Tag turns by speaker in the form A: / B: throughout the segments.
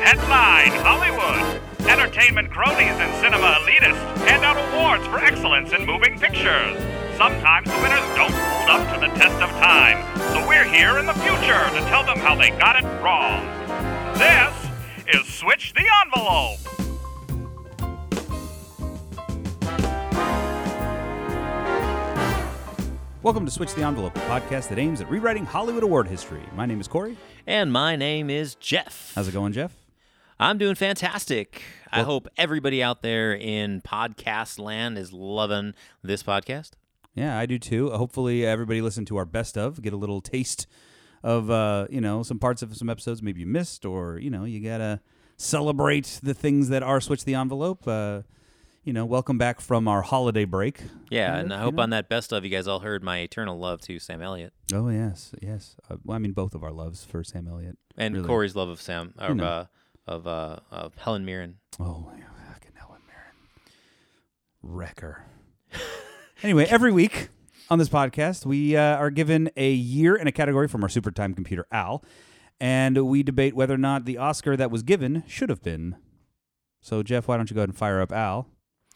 A: Headline Hollywood. Entertainment cronies and cinema elitists hand out awards for excellence in moving pictures. Sometimes the winners don't hold up to the test of time, so we're here in the future to tell them how they got it wrong. This is Switch the Envelope.
B: Welcome to Switch the Envelope, a podcast that aims at rewriting Hollywood award history. My name is Corey.
C: And my name is Jeff.
B: How's it going, Jeff?
C: I'm doing fantastic. I hope everybody out there in podcast land is loving this podcast.
B: Yeah, I do too. Hopefully, everybody listened to our best of, get a little taste of uh, you know some parts of some episodes maybe you missed, or you know you gotta celebrate the things that are Switch the Envelope. Uh, you know, welcome back from our holiday break.
C: Yeah, and I hope on that best of you guys all heard my eternal love to Sam Elliott
B: Oh yes, yes. Uh, well, I mean, both of our loves for Sam Elliott.
C: and
B: Really.
C: Corey's love of Sam or, uh, of uh, of Helen Mirren.
B: Oh, yeah, fucking Helen Mirren. Wrecker. anyway, every week on this podcast, we uh, are given a year and a category from our super time computer, Al, and we debate whether or not the Oscar that was given should have been. So, Jeff, why don't you go ahead and fire up Al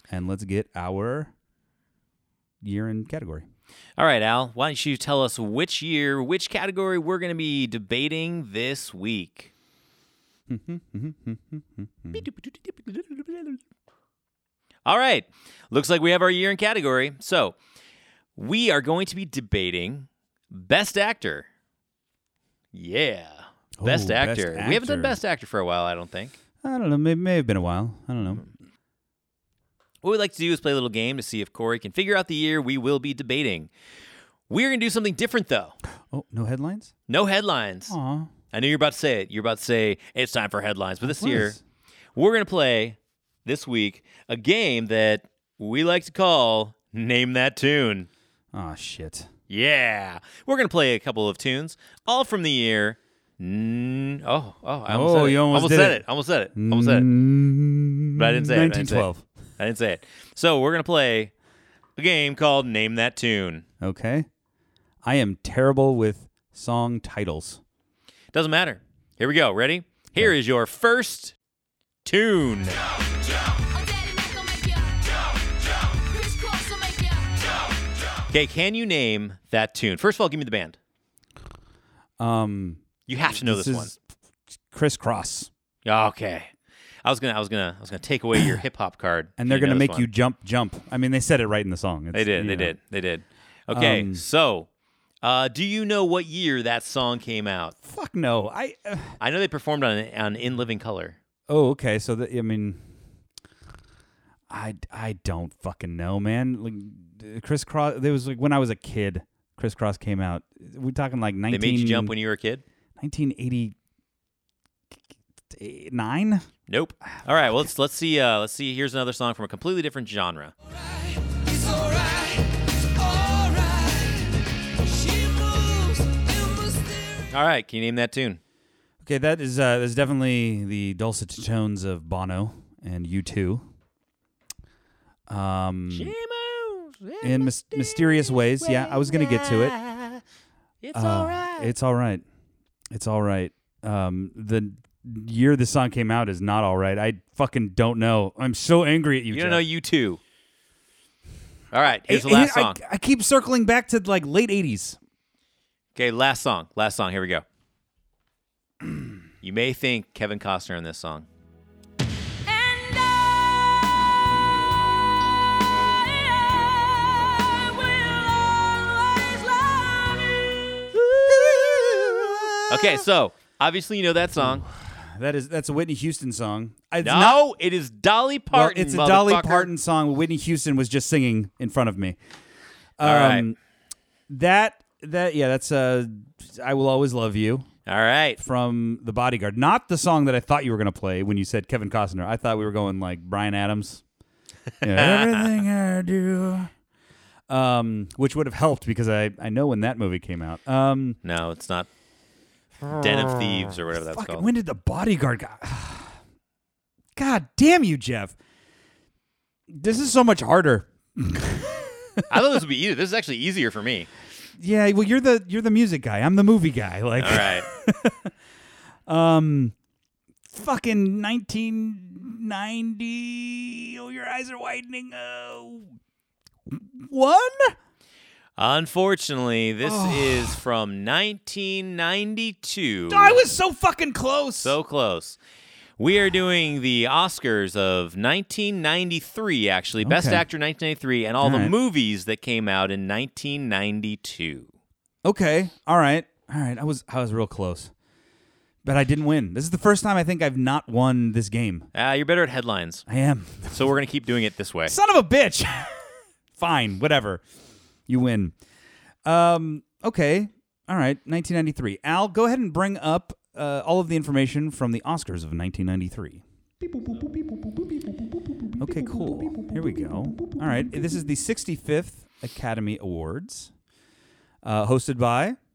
B: and let's get our year in category.
C: All right, Al, why don't you tell us which year, which category we're going to be debating this week?
B: Mm-hmm,
C: All right, looks like we have our year in category. So we are going to be debating Best Actor. Yeah, Best
B: Oh, Best
C: Actor. We haven't done
B: Actor.
C: Best Actor for a while, I don't think.
B: I don't know. May, may have been a while. I don't know.
C: What we'd like to do is play a little game to see if Corey can figure out the year we will be debating. We're going to do something different, though.
B: Oh, no headlines?
C: No headlines.
B: Aw.
C: I knew you were about to say it. You're about to say it's time for headlines. But this year,
B: was.
C: we're going to play this week a game that we like to call Name That Tune.
B: Aw, shit.
C: Yeah. We're going to play a couple of tunes, all from the year. Mm, oh, oh, I almost
B: Oh,
C: said it.
B: you almost did
C: said
B: it.
C: it. Almost said it. Almost said it.
B: But
C: I didn't say it. I didn't say it.
B: 1912.
C: I didn't say it. So we're going to play a game called Name That Tune.
B: Okay. I am terrible with song titles.
C: Doesn't matter. Here we go. Ready? Here is your first tune. Okay, can you name that tune? First of all, give me the band.
B: Um,
C: You have to know this, one.
B: is crisscross,
C: Okay. I was gonna, I was gonna, I was gonna take away your hip hop card.
B: and
C: if
B: they're
C: you know
B: gonna
C: this
B: make
C: one.
B: you jump, jump. I mean, they said it right in the song.
C: They
B: It's-
C: did.
B: you
C: They
B: know.
C: did. They did. Okay.
B: Um,
C: so, uh, do you know what year that song came out?
B: Fuck no. I. Uh,
C: I know they performed on on In Living Color.
B: oh, okay. So that I mean, I I don't fucking know, man. Like crisscross. There was like when I was a kid, crisscross came out. We're talking like
C: They
B: nineteen.
C: made you jump when you were a kid.
B: 1989.
C: Nope. All right. Well, let's let's see. Uh, let's see. Here's another song from a completely different genre. All right. Can you name that tune?
B: Okay, that is uh, that's definitely the dulcet tones of Bono and U two. Um, in mys- mysterious ways, yeah, I was gonna get to it.
C: It's
B: Uh, It's all right. It's all right. Um, the year this song came out is not all right. I fucking don't know. I'm so angry at you.
C: You don't
B: Jeff.
C: know you too. All right. Here's the
B: I-
C: last
B: I-
C: song.
B: I, keep circling back to like late '80s.
C: Okay, last song. Last song. Here we go. You may think Kevin Costner in this song. Okay, so obviously you know that song.
B: That is that's a Whitney Houston song. It's
C: no,
B: not.
C: it is Dolly
B: Well,
C: Parton.
B: it's a Dolly
C: motherfucker.
B: Parton song. Whitney Houston was just singing in front of me. Um,
C: All right.
B: That that yeah, that's uh I will always love you
C: All right.
B: from The Bodyguard. Not the song that I thought you were going to play when you said Kevin Costner. I thought we were going like Brian Adams. Yeah, everything I do. Um, which would have helped because I, I know when that movie came out. Um,
C: No, it's not Den of Thieves or whatever that's
B: fucking
C: called.
B: when did the bodyguard go? God damn you, Jeff! This is so much harder.
C: I thought this would be easy. This is actually easier for me.
B: Yeah, well, you're the you're the music guy. I'm the movie guy. Like,
C: All right.
B: um, fucking 1990. Oh, your eyes are widening. Uh, one?
C: Unfortunately, this
B: Oh.
C: is from 1992.
B: I was so fucking close.
C: so close. We are doing the Oscars of 1993, actually. Best
B: Okay.
C: Actor 1993, and all, the
B: right.
C: movies that came out in 1992.
B: okay, all right, all right. I was I was real close, but I didn't win. This is the first time I think I've not won this game.
C: Ah, you're better at headlines.
B: I am
C: So we're going to keep doing it this way.
B: son of a bitch. Fine, whatever. You win. Um, okay. All right. 1993. Al, go ahead and bring up uh, all of the information from the Oscars of 1993. Okay, cool. Here we go. All right. This is the 65th Academy Awards, uh, hosted by,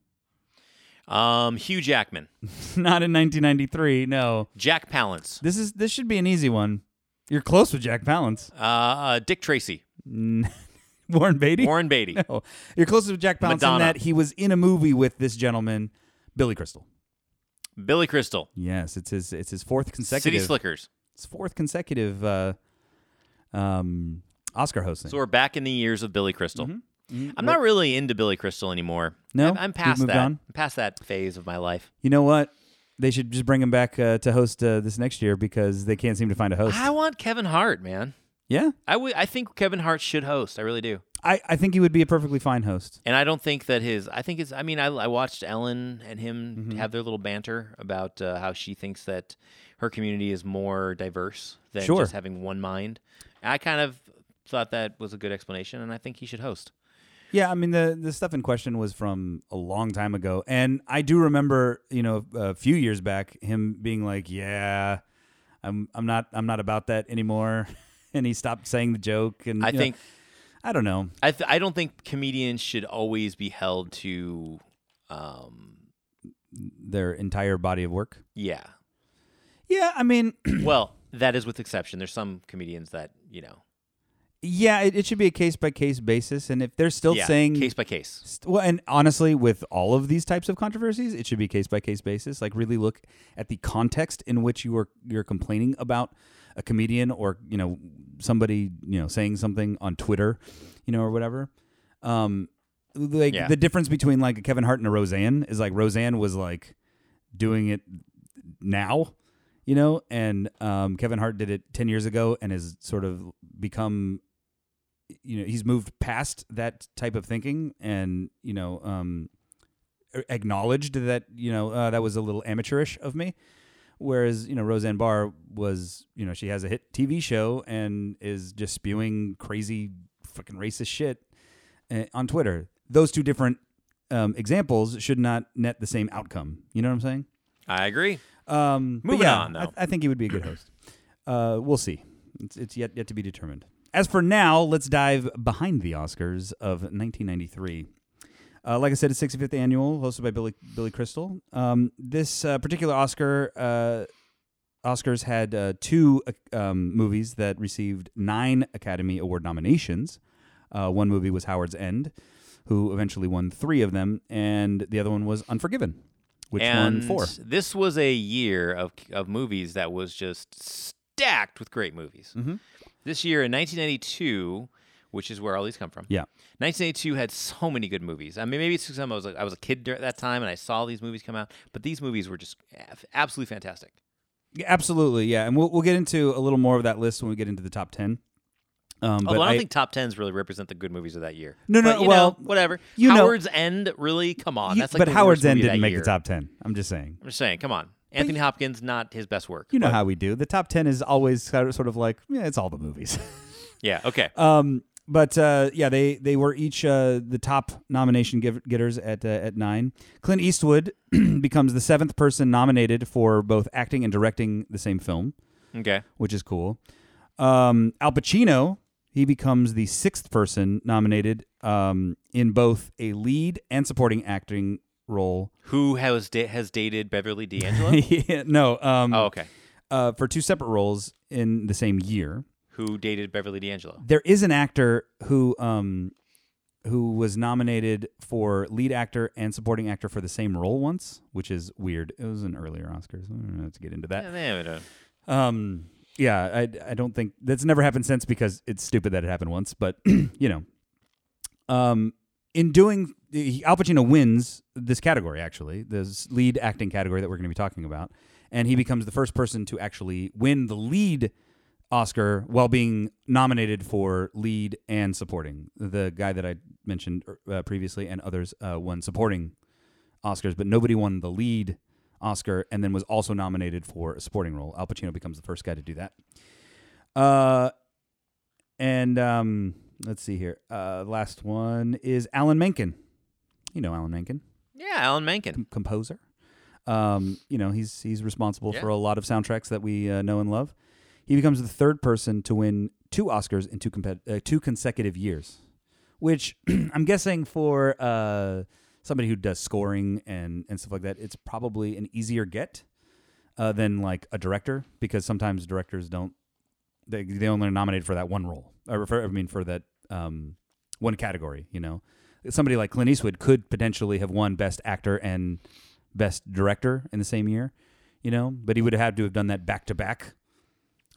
C: Um, Hugh Jackman,
B: not in 1993. No.
C: Jack Palance,
B: This is this should be an easy one. You're close with Jack Palance.
C: uh, uh, Dick Tracy,
B: Warren Beatty.
C: Warren Beatty.
B: Oh, you're close to Jack Palance in
C: Madonna.
B: that he was in a movie with this gentleman, Billy Crystal.
C: Billy Crystal,
B: Yes, it's his it's his fourth
C: City
B: consecutive
C: Slickers.
B: it's fourth consecutive uh, um, Oscar hosting.
C: So we're back in the years of Billy Crystal. I'm not really into Billy Crystal anymore.
B: Mm-hmm. No?
C: I'm, I'm
B: You've
C: past
B: moved
C: that.
B: on?
C: I'm past that phase of my life.
B: you know what? They should just bring him back uh, to host uh, this next year because they can't seem to find a host.
C: I want Kevin Hart, man.
B: yeah,
C: I would- I think Kevin Hart should host. I really do.
B: I, I think he would be a perfectly fine host.
C: And I don't think that his. I think his. I mean, I, I watched Ellen and him
B: Mm-hmm.
C: have their little banter about uh, how she thinks that her community is more diverse than
B: Sure.
C: just having one mind. I kind of thought that was a good explanation, and I think he should host.
B: Yeah, I mean the the stuff in question was from a long time ago, and I do remember, you know, a few years back, him being like, "Yeah, I'm I'm not I'm not about that anymore," and he stopped saying the joke. And
C: I
B: you know,
C: think.
B: I don't know.
C: I th- I don't think comedians should always be held to. Um.
B: Their entire body of work.
C: Yeah.
B: Yeah, I mean,
C: well, that is with exception. There's some comedians that you know.
B: yeah, it, it should be a case by case basis, and if they're still
C: yeah,
B: saying
C: case by case.
B: St- Well, and honestly, with all of these types of controversies, it should be case by case basis. Like, really look at the context in which you are you're complaining about a comedian or you know somebody you know saying something on Twitter, you know, or whatever. Um, like
C: Yeah.
B: the difference between like a Kevin Hart and a Roseanne is like Roseanne was like doing it now, you know, and um, Kevin Hart did it ten years ago and has sort of become you know he's moved past that type of thinking and you know um a- acknowledged that you know uh, that was a little amateurish of me whereas you know Roseanne Barr was you know she has a hit TV show and is just spewing crazy fucking racist shit uh, on Twitter those two different um, examples should not net the same outcome you know what I'm saying
C: I agree.
B: um, but
C: Moving
B: yeah,
C: on, though.
B: I, I think he would be a good host. Uh, we'll see. It's, it's yet yet to be determined. As for now, let's dive behind the Oscars of 1993. Uh, like I said, it's 65th annual, hosted by Billy Billy Crystal. Um, this uh, particular Oscar uh, Oscars had uh, two uh, um, movies that received nine Academy Award nominations. Uh, one movie was Howard's End, who eventually won three of them, and the other one was Unforgiven, which won
C: and
B: four.
C: This was a year of of movies that was just stacked with great movies.
B: Mm-hmm.
C: This year in 1982, which is where all these come from.
B: Yeah.
C: 1982 had so many good movies. I mean, maybe it's because I was like, I was a kid dur- at that time and I saw these movies come out, but these movies were just a- absolutely fantastic.
B: Yeah, absolutely, yeah, and we'll we'll get into a little more of that list when we get into the top ten. Um, but
C: Although Oh, I don't
B: I-
C: think top tens really represent the good movies of that year.
B: No, no,
C: But, you
B: well,
C: know, whatever.
B: you know-
C: Howard's End, really? Come on,
B: you-
C: oh, that's like.
B: but
C: the
B: Howard's
C: worst
B: End
C: movie of
B: didn't
C: that
B: make
C: year.
B: the top ten. I'm just saying.
C: I'm just saying, come on, Anthony Hopkins, not his best work.
B: You know how we do. The top ten is always sort of sort of like yeah, it's all the movies.
C: Yeah. Okay.
B: um, but uh, yeah, they they were each uh, the top nomination give- getters at uh, at nine. Clint Eastwood becomes the seventh person nominated for both acting and directing the same film.
C: okay.
B: which is cool. Um, Al Pacino, he becomes the sixth person nominated um, in both a lead and supporting acting role.
C: Who has da- has dated Beverly D'Angelo?
B: Yeah, no, um,
C: oh, okay.
B: uh, for two separate roles in the same year.
C: Who dated Beverly D'Angelo?
B: There is an actor who um, who was nominated for lead actor and supporting actor for the same role once, which is weird. It was an earlier Oscars. I don't know to get into that.
C: Yeah, man, we don't-
B: Um, yeah, I, I don't think that's never happened since because it's stupid that it happened once, but you know, um, in doing he- Al Pacino wins this category actually, this lead acting category that we're going to be talking about, and he becomes the first person to actually win the lead Oscar while being nominated for lead and supporting. The guy that I mentioned uh, previously and others uh, won supporting Oscars, but nobody won the lead Oscar and then was also nominated for a supporting role. Al Pacino becomes the first guy to do that. Uh, and um, let's see here. Uh, the last one is Alan Menken. You know Alan Menken,
C: yeah, Alan
B: Mm.
C: Menken.
B: composer. Um, you know he's he's responsible
C: Yeah.
B: for a lot of soundtracks that we uh, know and love. He becomes the third person to win two Oscars in two compet- uh, two consecutive years, which I'm guessing for uh, somebody who does scoring and and stuff like that, it's probably an easier get uh, than like a director because sometimes directors don't they they only are nominated for that one role or for I mean for that um, one category. You know, somebody like Clint Eastwood could potentially have won Best Actor and Best Director in the same year. You know, but he would have had to have done that back to back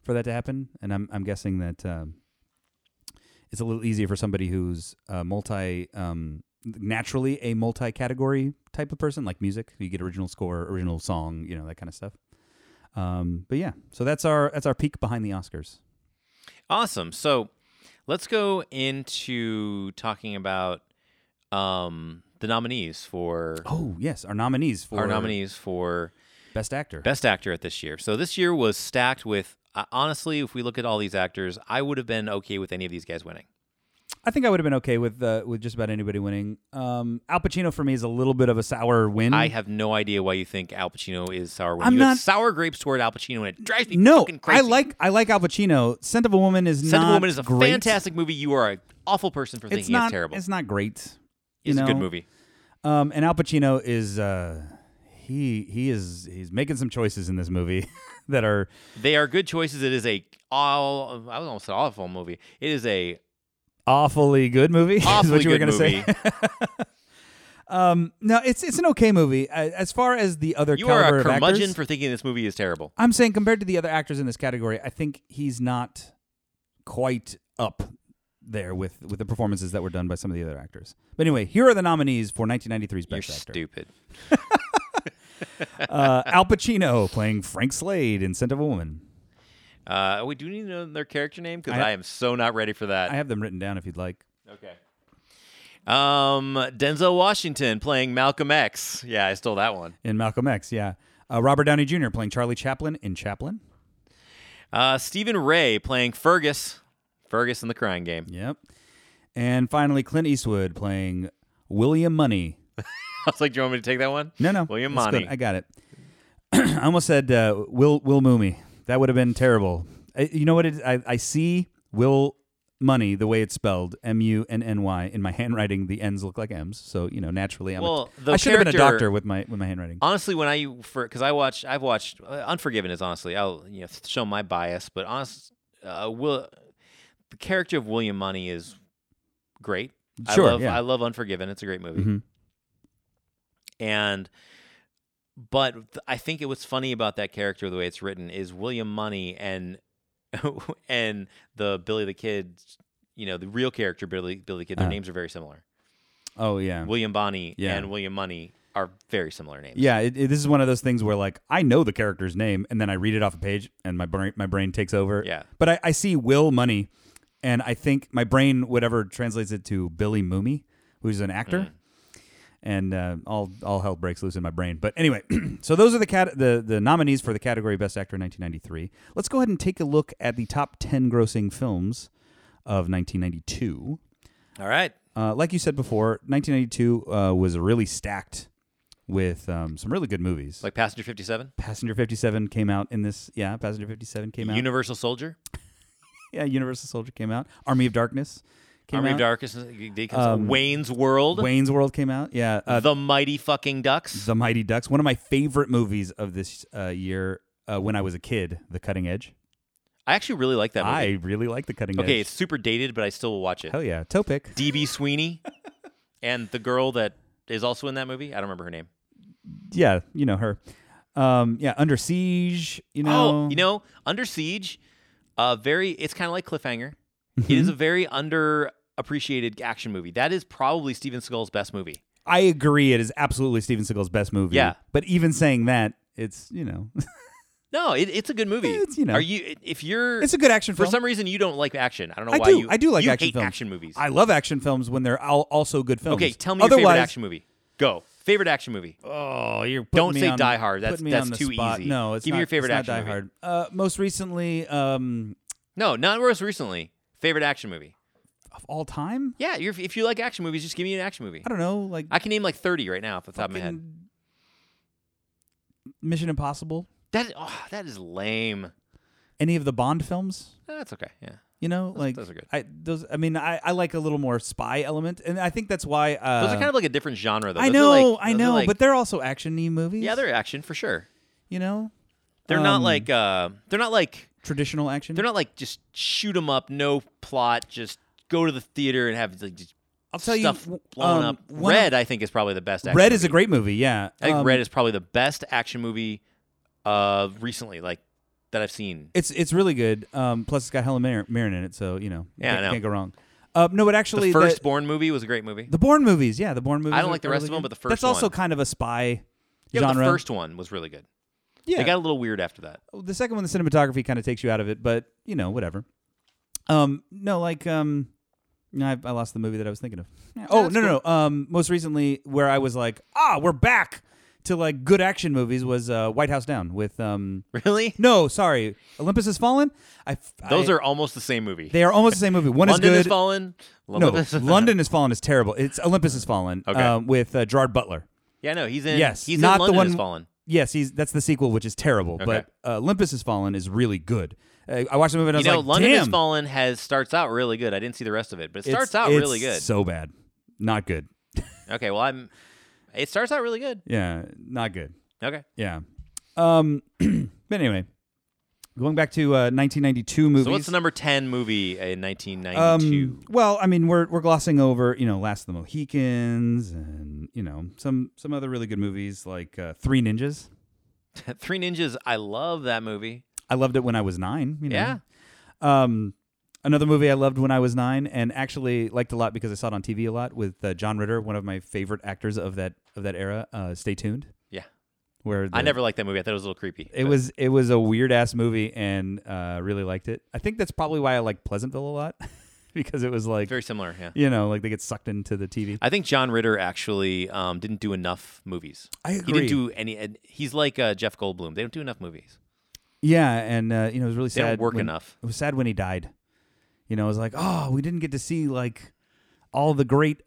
B: for that to happen. And I'm I'm guessing that um, it's a little easier for somebody who's uh, multi um, naturally a multi category type of person, like music. You get original score, original song, you know that kind of stuff. Um, but yeah, so that's our that's our peek behind the Oscars.
C: Awesome. So let's go into talking about um, the nominees for
B: Oh yes, our nominees for
C: our nominees for
B: best actor.
C: Best Actor at this year. So this year was stacked with. Uh, honestly, if we look at all these actors, I would have been okay with any of these guys winning.
B: I think I would have been okay with uh, with just about anybody winning. Um, Al Pacino for me is a little bit of a sour win.
C: I have no idea why you think Al Pacino is sour. When
B: Mm. I'm
C: you
B: not-
C: have sour grapes toward Al Pacino, and it drives me
B: no,
C: fucking crazy.
B: I like I like Al Pacino. Scent of a Woman is
C: Scent of
B: not
C: a Woman is a
B: great.
C: fantastic movie. You are an awful person for
B: It's
C: thinking
B: not
C: it's terrible.
B: It's not great. you
C: It's a good
B: know?
C: movie.
B: Um, and Al Pacino is uh, he he is he's making some choices in this movie that are
C: They are good choices. It is a all I was almost an awful movie. It is a
B: awfully good movie. is
C: awfully
B: what you were
C: good
B: gonna
C: movie.
B: say. Um, no, it's it's an okay movie I, as far as the other.
C: you are
B: caliber
C: a
B: of
C: curmudgeon
B: actors-
C: for thinking this movie is terrible.
B: I'm saying compared to the other actors in this category, I think he's not quite up there with with the performances that were done by some of the other actors. But anyway, here are the nominees for 1993's
C: You're
B: Best Actor.
C: stupid.
B: Uh, Al Pacino playing Frank Slade in *Scent of a Woman*.
C: Uh, we do need to know their character name because
B: I-
C: I, am so not ready for that.
B: I have them written down if you'd like.
C: okay. Um, Denzel Washington playing Malcolm X. Yeah, I stole that one.
B: In *Malcolm X*, yeah. Uh, Robert Downey Jr. playing Charlie Chaplin in *Chaplin*.
C: Uh, Stephen Ray playing Fergus. Fergus in the Crying Game.
B: Yep. And finally, Clint Eastwood playing William Money
C: I was like, do you want me to take that one?
B: No, no.
C: William
B: That's good.
C: Monty.
B: I got it. I almost said uh, Will Will Moomy. That would have been terrible. I, you know what? It is? I I see Will Money the way it's spelled M U N N Y in my handwriting. The N's look like M's, so you know naturally I'm. a-
C: Well, the
B: I should have been a
C: character-
B: doctor with my with my handwriting.
C: honestly when i for because i watch i've watched uh, unforgiven is honestly i'll you know show my bias but honest uh will the character of william money is great
B: Sure,
C: i love
B: yeah.
C: i love unforgiven it's a great movie
B: Mhm. Mm-hmm.
C: and but th- i think it was funny about that character the way it's written is william money and and the billy the kid you know the real character billy billy the kid their
B: Uh-huh.
C: names are very similar
B: Oh yeah,
C: william bonnie
B: Yeah.
C: and william money are very similar names
B: yeah. It, it- this is one of those things where like I know the character's name, and then I read it off a page, and my brain my brain takes over.
C: Yeah.
B: But I, I see Will Money, and I think my brain whatever translates it to Billy Moomy, who's an actor.
C: Mm.
B: and uh, all all hell breaks loose in my brain. But anyway, so those are the cat the the nominees for the category Best Actor in 1993. Let's go ahead and take a look at the top 10 grossing films of 1992.
C: all right
B: Uh, like you said before, 1992 uh, was really stacked with um, some really good movies.
C: like passenger 57
B: Passenger 57 came out in this. Yeah, Passenger 57 came out.
C: Universal Soldier,
B: yeah, Universal Soldier came out. Army of Darkness came
C: Army
B: out.
C: of Darkness, Deacons,
B: Um,
C: Wayne's World,
B: Wayne's World came out. Yeah, uh,
C: The Mighty Fucking Ducks.
B: The Mighty Ducks, one of my favorite movies of this uh, year uh, when I was a kid, The Cutting Edge.
C: I actually really like that movie.
B: I really like the cutting edge.
C: Oh, okay, it's super dated, but I still will watch it.
B: Hell yeah. Toe pick.
C: DB Sweeney and the girl that is also in that movie. I don't remember her name.
B: Yeah, you know her. Um, yeah, Under Siege, you know.
C: Oh, you know, Under Siege, uh, very. It's kind of like Cliffhanger. It is a
B: Mm-hmm.
C: very underappreciated action movie. That is probably Steven Seagal's best movie.
B: I agree it is absolutely Steven Seagal's best movie.
C: Yeah.
B: But even saying that, it's, you know,
C: No, it, it's a good movie.
B: It's, you know.
C: are you if you're
B: it's a good action
C: for
B: film.
C: some reason you don't like action. I don't know
B: I
C: why
B: do.
C: you.
B: I do like
C: you
B: action
C: hate
B: films.
C: action movies.
B: I love action films when they're al- also good films.
C: okay, tell me
B: Otherwise,
C: your favorite action movie. Go favorite action movie.
B: Oh, you're putting
C: Don't
B: me
C: say
B: on-
C: Die
B: putting
C: Hard. That's-
B: me
C: that's
B: on the
C: too
B: spot.
C: easy.
B: No, it's
C: Give
B: not,
C: me your favorite
B: it's not
C: action
B: Die
C: movie.
B: Hard. Uh, most recently, um,
C: No, not most recently. Favorite action movie.
B: of all time,
C: Yeah, you're, if you like action movies, just give me an action movie.
B: I don't know, like
C: I can name like thirty right now off the top of my head.
B: fucking Mission Impossible,
C: That oh, that is lame. Oh,
B: any of the Bond films.
C: That's okay. Yeah.
B: You know, like
C: those are good.
B: I those. I mean, I, I like a little more spy element, and I think that's why. Uh,
C: Those are kind of like a different genre, though.
B: I
C: Those are
B: know,
C: like-
B: I
C: those are
B: know,
C: like-
B: but they're also actiony movies.
C: yeah, they're action for sure.
B: you know,
C: They're not
B: Um,
C: like uh, they're not like
B: traditional action.
C: they're not like just shoot 'em up, no plot, just go to the theater and have like just
B: I'll tell you,
C: stuff
B: w-
C: blown
B: um,
C: up.
B: one of-
C: Red, I think, is probably the best. Action
B: Red is a
C: movie.
B: great movie. Yeah,
C: I think
B: Um,
C: Red is probably the best action movie uh recently, like that I've seen.
B: It's it's really good. Um, plus it's got Helen Mir- Mirren in it, so you know,
C: Yeah, I
B: can't,
C: know.
B: can't go wrong. Uh, no, but actually,
C: The first Born movie was a great movie.
B: the Bourne movies, yeah, the Bourne movies.
C: I don't
B: are-
C: like the
B: are
C: rest
B: really
C: of 'em,
B: good.
C: but the first
B: that's also
C: one-
B: kind of a spy
C: yeah, but
B: genre.
C: the first one was really good.
B: yeah,
C: It got a little weird after that.
B: the second one, the cinematography kind of takes you out of it, but you know, whatever. Um, no, like um, no, I, I lost the movie that I was thinking of. oh
C: that's
B: no, no, no. Um, most recently, where I was like, ah, we're back to like good action movies was uh, White House Down with um.
C: Really?
B: No, sorry, Olympus Has Fallen. I f-
C: Those
B: I-
C: are almost the same movie.
B: they are almost the same movie. One
C: London
B: is good.
C: has fallen.
B: No,
C: London has-
B: London is fallen is terrible. It's Olympus is fallen.
C: Okay.
B: um, with uh, Gerard Butler.
C: Yeah, no, he's in.
B: Yes,
C: he's
B: not
C: in
B: the
C: London
B: one-
C: Has Fallen.
B: Yes, he's that's the sequel, which is terrible. But uh, Olympus is fallen is really good. Uh, I watched the movie and I
C: You
B: was
C: know,
B: like,
C: London
B: damn,
C: Has Fallen has starts out really good. I didn't see the rest of it, but it
B: It's-
C: starts out
B: it's
C: really good.
B: So bad, not good.
C: okay, well, I'm. It starts out really good.
B: Yeah, not good.
C: Okay,
B: Yeah. Um, but anyway, going back to uh, 1992 movies.
C: so what's the number ten movie in 1992?
B: um, well, I mean, we're we're glossing over, you know, Last of the Mohicans, and you know, some some other really good movies like uh, Three Ninjas.
C: Three Ninjas. I love that movie.
B: I loved it when I was nine. You know?
C: Yeah.
B: Um, another movie I loved when I was nine, and actually liked a lot because I saw it on TV a lot with uh, John Ritter, one of my favorite actors of that of that era. Uh, Stay tuned.
C: Yeah.
B: Where the,
C: I never liked that movie. I thought it was a little creepy.
B: It
C: but-
B: was it was a weird ass movie, and uh, really liked it. I think that's probably why I like Pleasantville a lot because it was like
C: very similar. Yeah,
B: you know like they get sucked into the TV.
C: I think John Ritter actually um, didn't do enough movies.
B: I
C: He didn't do any. and He's like uh, Jeff Goldblum. They don't do enough movies.
B: yeah, and uh, you know it was really
C: They
B: sad.
C: don't work
B: when-
C: enough.
B: It was sad when he died. You know, it was like oh, we didn't get to see like all the great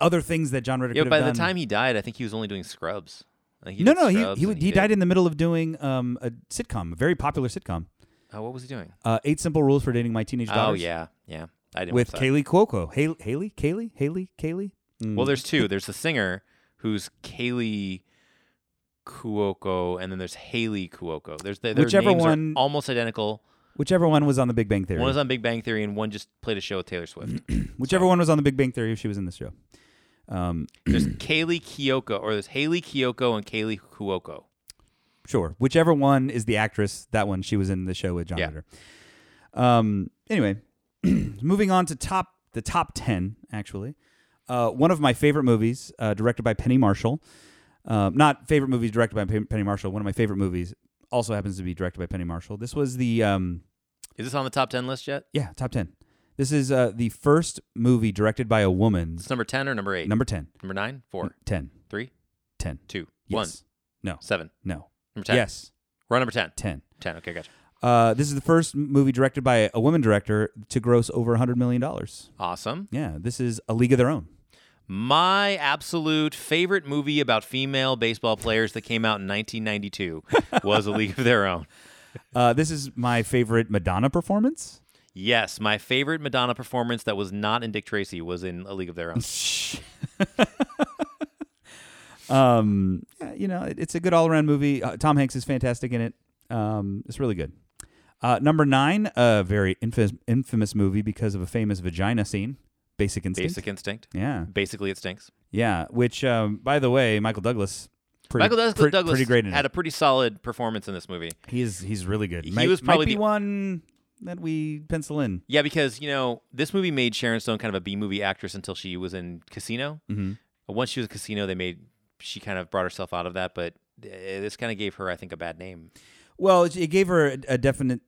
B: other things that John Ritter.
C: Yeah,
B: could
C: by
B: have
C: the
B: done.
C: time he died, I think he was only doing Scrubs. I think
B: no, no,
C: did Scrubs
B: he he,
C: and
B: would, he
C: did-
B: died in the middle of doing um, a sitcom, a very popular sitcom,
C: Oh, what was he doing?
B: uh, Eight Simple Rules for Dating My Teenage
C: Oh
B: Daughters.
C: yeah, yeah. I didn't
B: with
C: watch that.
B: Kaylee Cuoco, Haley, Haley, Kaylee, Haley, Kaylee. Mm.
C: Well, there's two. There's the singer who's Kaylee Cuoco, and then there's Haley Cuoco. There's the, their
B: Whichever
C: names are
B: one-
C: almost identical.
B: whichever one was on The Big Bang Theory.
C: One was on Big Bang Theory, and one just played a show with Taylor Swift.
B: whichever one was on The Big Bang Theory, she was in this show. Um,
C: there's Kaylee Kyoko, or there's Haley Kyoko and Kaylee Cuoco.
B: sure, whichever one is the actress, that one she was in the show with John
C: Yeah.
B: Ritter. Um, anyway, moving on to top the top ten actually. Uh, one of my favorite movies, uh, directed by Penny Marshall. Um, not favorite movies directed by Pe- Penny Marshall. One of my favorite movies also happens to be directed by Penny Marshall. This was the um,
C: Is this on the top ten list yet?
B: yeah top ten. This is uh, the first movie directed by a woman.
C: It's number ten or number eight?
B: Number 10.
C: number nine, four,
B: Ten.
C: three,
B: Ten.
C: two, one,
B: Mm. Yes. No.
C: seven.
B: No.
C: Number ten.
B: Yes.
C: We're on number ten.
B: 10.
C: Ten. Okay, gotcha.
B: Uh, this is the first movie directed by a woman director to gross over $100 million.
C: Awesome.
B: Yeah, this is A League of Their Own.
C: My absolute favorite movie about female baseball players that came out in 1992 was A League of Their Own.
B: Uh, this is my favorite Madonna performance.
C: Yes, my favorite Madonna performance that was not in Dick Tracy was in A League of Their Own.
B: um, yeah, you know, it- it's a good all around movie. Uh, Tom Hanks is fantastic in it. Um, it's really good. Uh, number nine, a very infamous, infamous movie because of a famous vagina scene, Basic Instinct.
C: Basic instinct.
B: Yeah,
C: Basically, it stinks.
B: yeah. Which, um, by the way, Michael Douglas. Pretty,
C: Michael Douglas,
B: pre-
C: Douglas
B: pretty great in
C: had
B: it.
C: a pretty solid performance in this movie.
B: He's he's really good.
C: He
B: might,
C: was probably
B: might be
C: the-
B: one that we pencil in.
C: Yeah, because you know this movie made Sharon Stone kind of a B movie actress until she was in Casino.
B: hmm
C: Once she was in Casino, they made she kind of brought herself out of that, but uh, this kind of gave her, I think, a bad name.
B: Well, it, it gave her a, a definite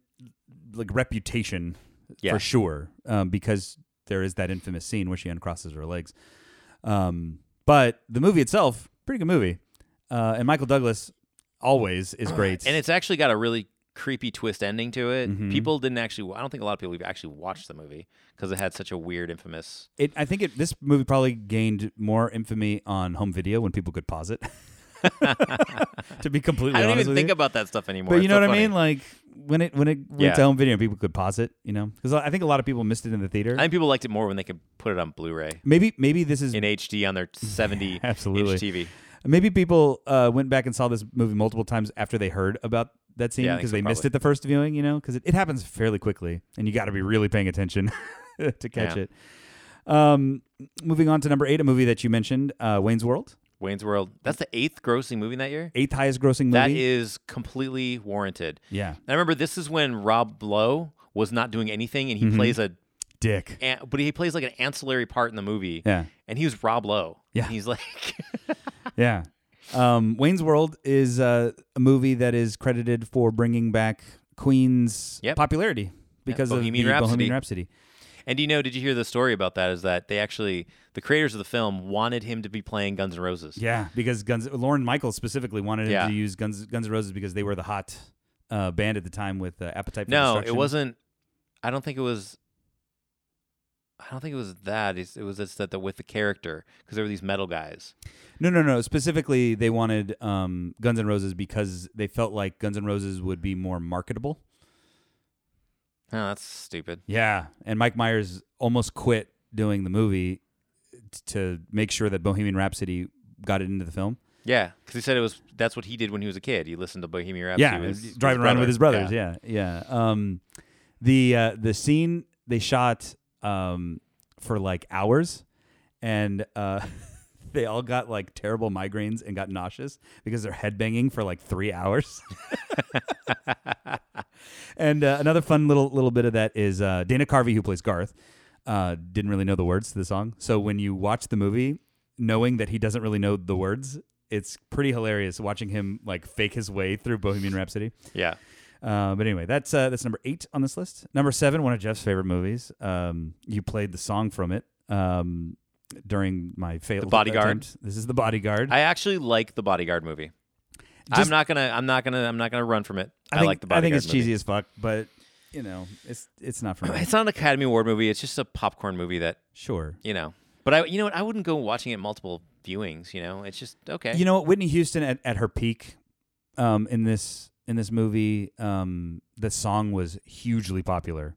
B: like reputation
C: Yeah.
B: for sure um, because there is that infamous scene where she uncrosses her legs. Um, but the movie itself, pretty good movie, uh, and Michael Douglas always is great.
C: And it's actually got a really creepy twist ending to it.
B: Mhm.
C: People didn't actually. I don't think a lot of people even actually watched the movie because it had such a weird, infamous.
B: It, I think it, this movie probably gained more infamy on home video when people could pause it. to be completely
C: I don't
B: honest
C: even
B: with
C: think
B: you.
C: about that stuff anymore.
B: But you
C: It's
B: know
C: so
B: what I
C: funny.
B: mean? Like when it when it went
C: Yeah.
B: to home video, people could pause it. You know, because I think a lot of people missed it in the theater.
C: I think people liked it more when they could put it on Blu-ray
B: maybe maybe this is
C: in HD on their 70
B: Absolutely.
C: inch TV.
B: maybe people uh, went back and saw this movie multiple times after they heard about that scene
C: Yeah, I think
B: because
C: so,
B: they missed
C: probably.
B: it the first viewing. You know, because it, it happens fairly quickly, and you got to be really paying attention to catch
C: Yeah.
B: it. Um, moving on to number eight, a movie that you mentioned, uh, Wayne's World,
C: Wayne's World. That's the eighth grossing movie that year.
B: eighth highest grossing movie.
C: That is completely warranted.
B: yeah,
C: And I remember this is when Rob Lowe was not doing anything,
B: Mm-hmm.
C: and he plays a,
B: dick.
C: an- but he plays like an ancillary part in the movie.
B: Yeah.
C: And he was Rob Lowe.
B: Yeah.
C: And he's like,
B: Yeah. Um, Wayne's World is uh, a movie that is credited for bringing back Queen's
C: Yep.
B: popularity because of
C: Bohemian
B: the
C: Rhapsody.
B: Bohemian Rhapsody.
C: and do you know? Did you hear the story about that? Is that they actually the creators of the film wanted him to be playing Guns N' Roses?
B: Yeah, because Guns Lauren Michaels specifically wanted him
C: Yeah.
B: to use Guns Guns N' Roses because they were the hot uh, band at the time with uh, Appetite for
C: No, it
B: Destruction.
C: wasn't. I don't think it was. I don't think it was that. It's, it was just that the, with the character because there were these metal guys.
B: No, no, no. Specifically, they wanted um, Guns N' Roses because they felt like Guns N' Roses would be more marketable.
C: Oh, that's stupid.
B: Yeah, and Mike Myers almost quit doing the movie t- to make sure that Bohemian Rhapsody got it into the film.
C: Yeah, because he said it was. That's what he did when he was a kid. He listened to Bohemian Rhapsody.
B: yeah,
C: with
B: driving around with his
C: brother.
B: brothers. Yeah, yeah. Um, the uh, the scene they shot um, for like hours, and uh, they all got like terrible migraines and got nauseous because they're headbanging for like three hours. and uh, another fun little little bit of that is uh, Dana Carvey, who plays Garth, uh, didn't really know the words to the song. So when you watch the movie, knowing that he doesn't really know the words, it's pretty hilarious watching him like fake his way through Bohemian Rhapsody.
C: Yeah.
B: Uh, but anyway, that's uh, that's number eight on this list. Number seven, one of Jeff's favorite movies. Um, you played the song from it um, during my failed
C: Bodyguard.
B: attempt. This is the bodyguard.
C: I actually like the Bodyguard movie.
B: Just-
C: I'm not gonna. I'm not gonna. I'm not gonna run from it. I,
B: think,
C: like the Bodyguard. Oh,
B: I think it's
C: movie.
B: cheesy as fuck, but you know, it's it's not for me.
C: It's not an Academy Award movie. It's just a popcorn movie that
B: sure.
C: you know. But I, you know what? I wouldn't go watching it multiple viewings. You know, it's just okay.
B: You know what? Whitney Houston at, at her peak um, in this in this movie, um, the song was hugely popular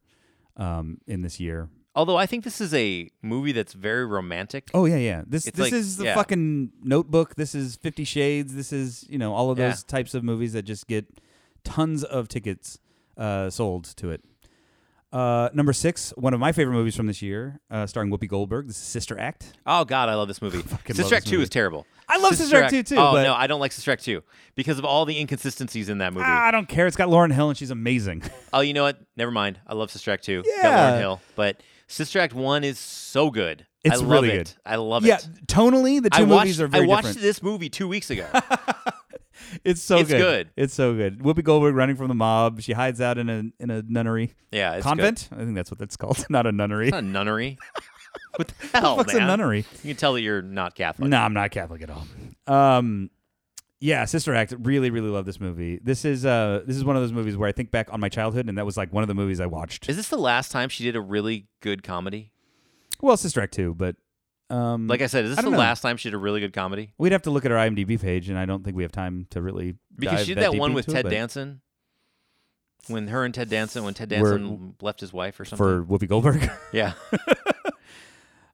B: um, in this year.
C: Although I think this is a movie that's very romantic.
B: Oh yeah, yeah. This
C: It's
B: this
C: like-
B: is the
C: yeah.
B: fucking Notebook. This is Fifty Shades. This is you know all of
C: Yeah.
B: those types of movies that just get tons of tickets uh, sold to it. Uh, number six, one of my favorite movies from this year, uh, starring Whoopi Goldberg. This is Sister Act.
C: Oh God, I love this movie.
B: love
C: Sister
B: this
C: Act Two
B: movie.
C: is terrible.
B: I love Sister Act 2 too,
C: Oh
B: but-
C: no, I don't like Sister Act Two because of all the inconsistencies in that movie.
B: Ah, I don't care. It's got Lauren Hill and she's amazing.
C: Oh, you know what? Never mind. I love Sister Act Two. Got
B: Yeah.
C: Lauryn Hill, but Sister Act One is so good. I
B: It's
C: love
B: really
C: it.
B: good.
C: I love
B: yeah,
C: it.
B: tonally the two
C: I watched,
B: movies are very
C: I watched
B: different.
C: this movie two weeks ago.
B: It's so
C: It's
B: good.
C: good.
B: It's so good. Whoopi Goldberg running from the mob. She hides out in a in a nunnery
C: Yeah, it's
B: convent. I think that's what that's called. Not a nunnery.
C: Good. It's not a nunnery. what the hell,
B: What's
C: man?
B: a nunnery?
C: You can tell that you're not Catholic.
B: No, I'm not Catholic at all. Um, yeah, Sister Act. Really, really love this movie. This is uh, this is one of those movies where I think back on my childhood, and that was like one of the movies I watched.
C: Is this the last time she did a really good comedy?
B: well, Sister Act two, but um,
C: Like I said,
B: I
C: is this the
B: don't know.
C: last time she did a really good comedy?
B: we'd have to look at her IMDb page, and I don't think we have time to really
C: Because
B: dive
C: she did
B: that,
C: that
B: deep
C: one with
B: into it,
C: Ted
B: but
C: Danson. When her and Ted Danson, when Ted
B: Were-
C: Danson left his wife or something.
B: for Whoopi Goldberg.
C: yeah.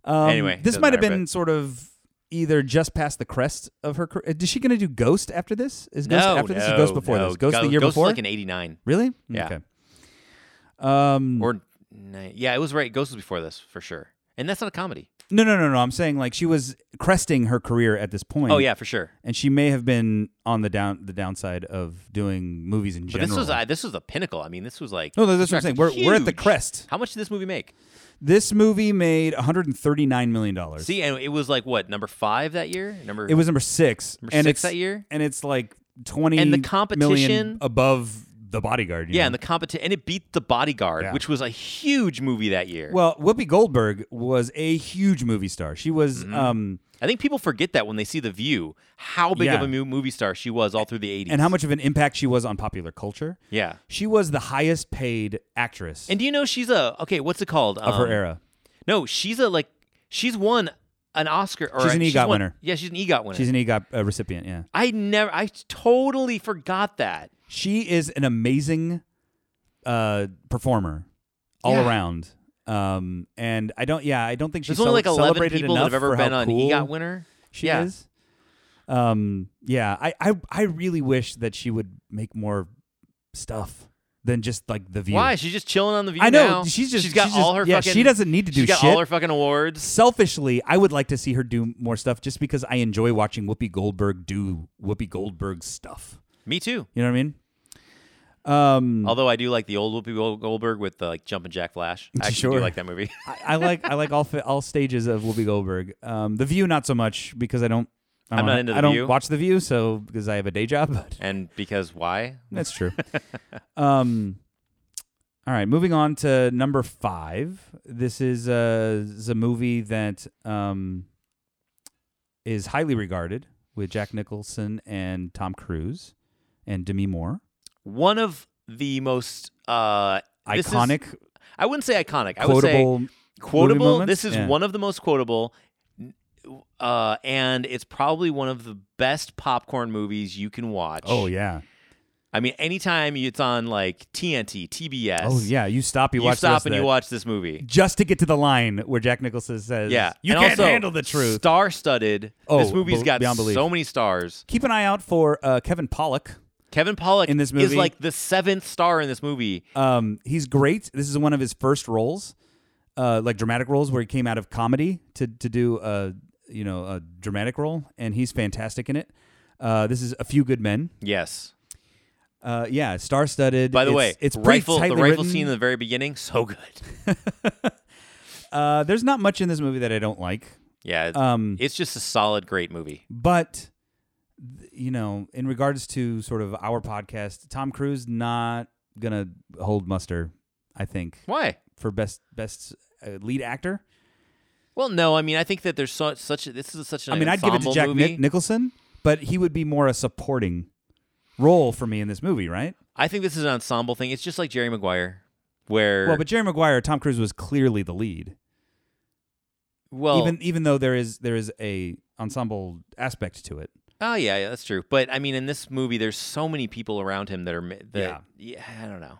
B: Um,
C: Anyway,
B: this
C: doesn't
B: might have
C: matter,
B: been sort of either just past the crest of her career. Is she going to do Ghost after this? Is Ghost
C: no,
B: after
C: no,
B: this? Or Ghost before
C: no.
B: this? Ghost
C: Go-
B: the year
C: Ghost is
B: before?
C: like in '89.
B: really?
C: Yeah.
B: Okay. Um,
C: Or ni- yeah, it was right. Ghost was before this for sure, and that's not a comedy.
B: no, no, no, no. I'm saying like she was cresting her career at this point.
C: Oh yeah, for sure.
B: and she may have been on the down the downside of doing movies in
C: But
B: general.
C: this was uh, this was the pinnacle. I mean, this was like
B: no, that's what I'm saying. We're we're at the
C: huge.
B: crest.
C: How much did this movie make?
B: This movie made 139 million dollars.
C: See, and it was like what number five that year? Number
B: it was number six.
C: Number
B: and
C: six
B: it's,
C: that year?
B: and it's like 20
C: And the
B: million
C: competition-
B: above the bodyguard. you
C: yeah,
B: know?
C: and the competition, and it beat the Bodyguard,
B: Yeah.
C: which was a huge movie that year.
B: Well, Whoopi Goldberg was a huge movie star. She was
C: Mm-hmm.
B: um
C: I think people forget that when they see The View, how big of
B: Yeah.
C: a mu- movie star she was all through the 80s.
B: and how much of an impact she was on popular culture.
C: Yeah.
B: She was the highest paid actress
C: And do you know she's a okay? What's it called?
B: of her
C: Um,
B: era.
C: No, she's a like she's won an Oscar or
B: She's an EGOT
C: won-
B: winner.
C: Yeah, she's an EGOT winner.
B: She's an EGOT uh, recipient, yeah.
C: I never, I totally forgot that.
B: She is an amazing uh performer all
C: Yeah.
B: around. Um and I don't yeah, I don't think she's
C: There's only
B: cel-
C: like 11
B: celebrated
C: people that
B: enough
C: have ever
B: for how
C: been on
B: cool
C: EGOT winner.
B: She
C: Yeah.
B: is. Um yeah, I, I I really wish that she would make more stuff than just like the view.
C: Why? She's just chilling on the view.
B: I know
C: now.
B: she's just
C: she's got all her.
B: just- Yeah,
C: fucking,
B: she doesn't need to do
C: she's got
B: shit.
C: all her fucking awards.
B: Selfishly, I would like to see her do more stuff just because I enjoy watching Whoopi Goldberg do Whoopi Goldberg stuff.
C: Me too.
B: You know what I mean? Um,
C: Although I do like the old Whoopi Gol- Goldberg with the like Jumpin' Jack Flash. I actually
B: Sure.
C: do like that movie.
B: I, I like I like all fi- all stages of Whoopi Goldberg. Um, the View, not so much because I don't. I
C: I'm
B: don't
C: not
B: know.
C: into
B: I
C: The
B: don't
C: View.
B: watch The View, so because I have a day job. But
C: and because why?
B: that's true. um, all right, moving on to number five. This is a, is a movie that um, is highly regarded with Jack Nicholson and Tom Cruise and Demi Moore.
C: One of the most uh this is-
B: Iconic,
C: I wouldn't say iconic. I would say
B: quotable.
C: quotable.
B: moments?
C: This is
B: Yeah.
C: one of the most quotable, n- uh, and it's probably one of the best popcorn movies you can watch.
B: Oh yeah.
C: I mean, anytime it's on like TNT, TBS.
B: Oh yeah. You stop. You,
C: You,
B: watch. the
C: stop
B: rest of
C: and you
B: that.
C: watch this movie.
B: just to get to the line where Jack Nicholson says,
C: Yeah,
B: you
C: And
B: can't
C: also,
B: handle the truth."
C: Star-studded.
B: Oh,
C: this movie's
B: be-
C: got
B: beyond belief.
C: so many stars.
B: Keep an eye out for uh, Kevin Pollock.
C: Kevin Pollak
B: In this
C: is
B: movie-
C: like the seventh star in this movie.
B: Um, he's great. This is one of his first roles, uh, like dramatic roles, where he came out of comedy to to do a you know a dramatic role, and he's fantastic in it. Uh, this is A Few Good Men.
C: Yes.
B: Uh, yeah, star-studded.
C: By the
B: it's,
C: way,
B: it's pretty
C: rifle the
B: tightly
C: rifle
B: written.
C: scene in the very beginning, so good.
B: uh, there's not much in this movie that I don't like,
C: Yeah, it's,
B: Um,
C: it's just a solid, great movie.
B: but th- you know, in regards to sort of our podcast, Tom Cruise not gonna hold muster. I think
C: Why?
B: for best best uh, lead actor.
C: Well, no, I mean, I think that there's so, such. A, this is such an.
B: I mean, I'd give it to
C: ensemble
B: Jack
C: movie.
B: Nic- Nicholson, but he would be more a supporting role for me in this movie, right?
C: I think this is an ensemble thing. It's just like Jerry Maguire, where
B: Well, but Jerry Maguire, Tom Cruise was clearly the lead,
C: well,
B: even even though there is there is a ensemble aspect to it.
C: oh yeah, yeah, that's true. But I mean, in this movie, there's so many people around him that are. ma- That, yeah. I don't know.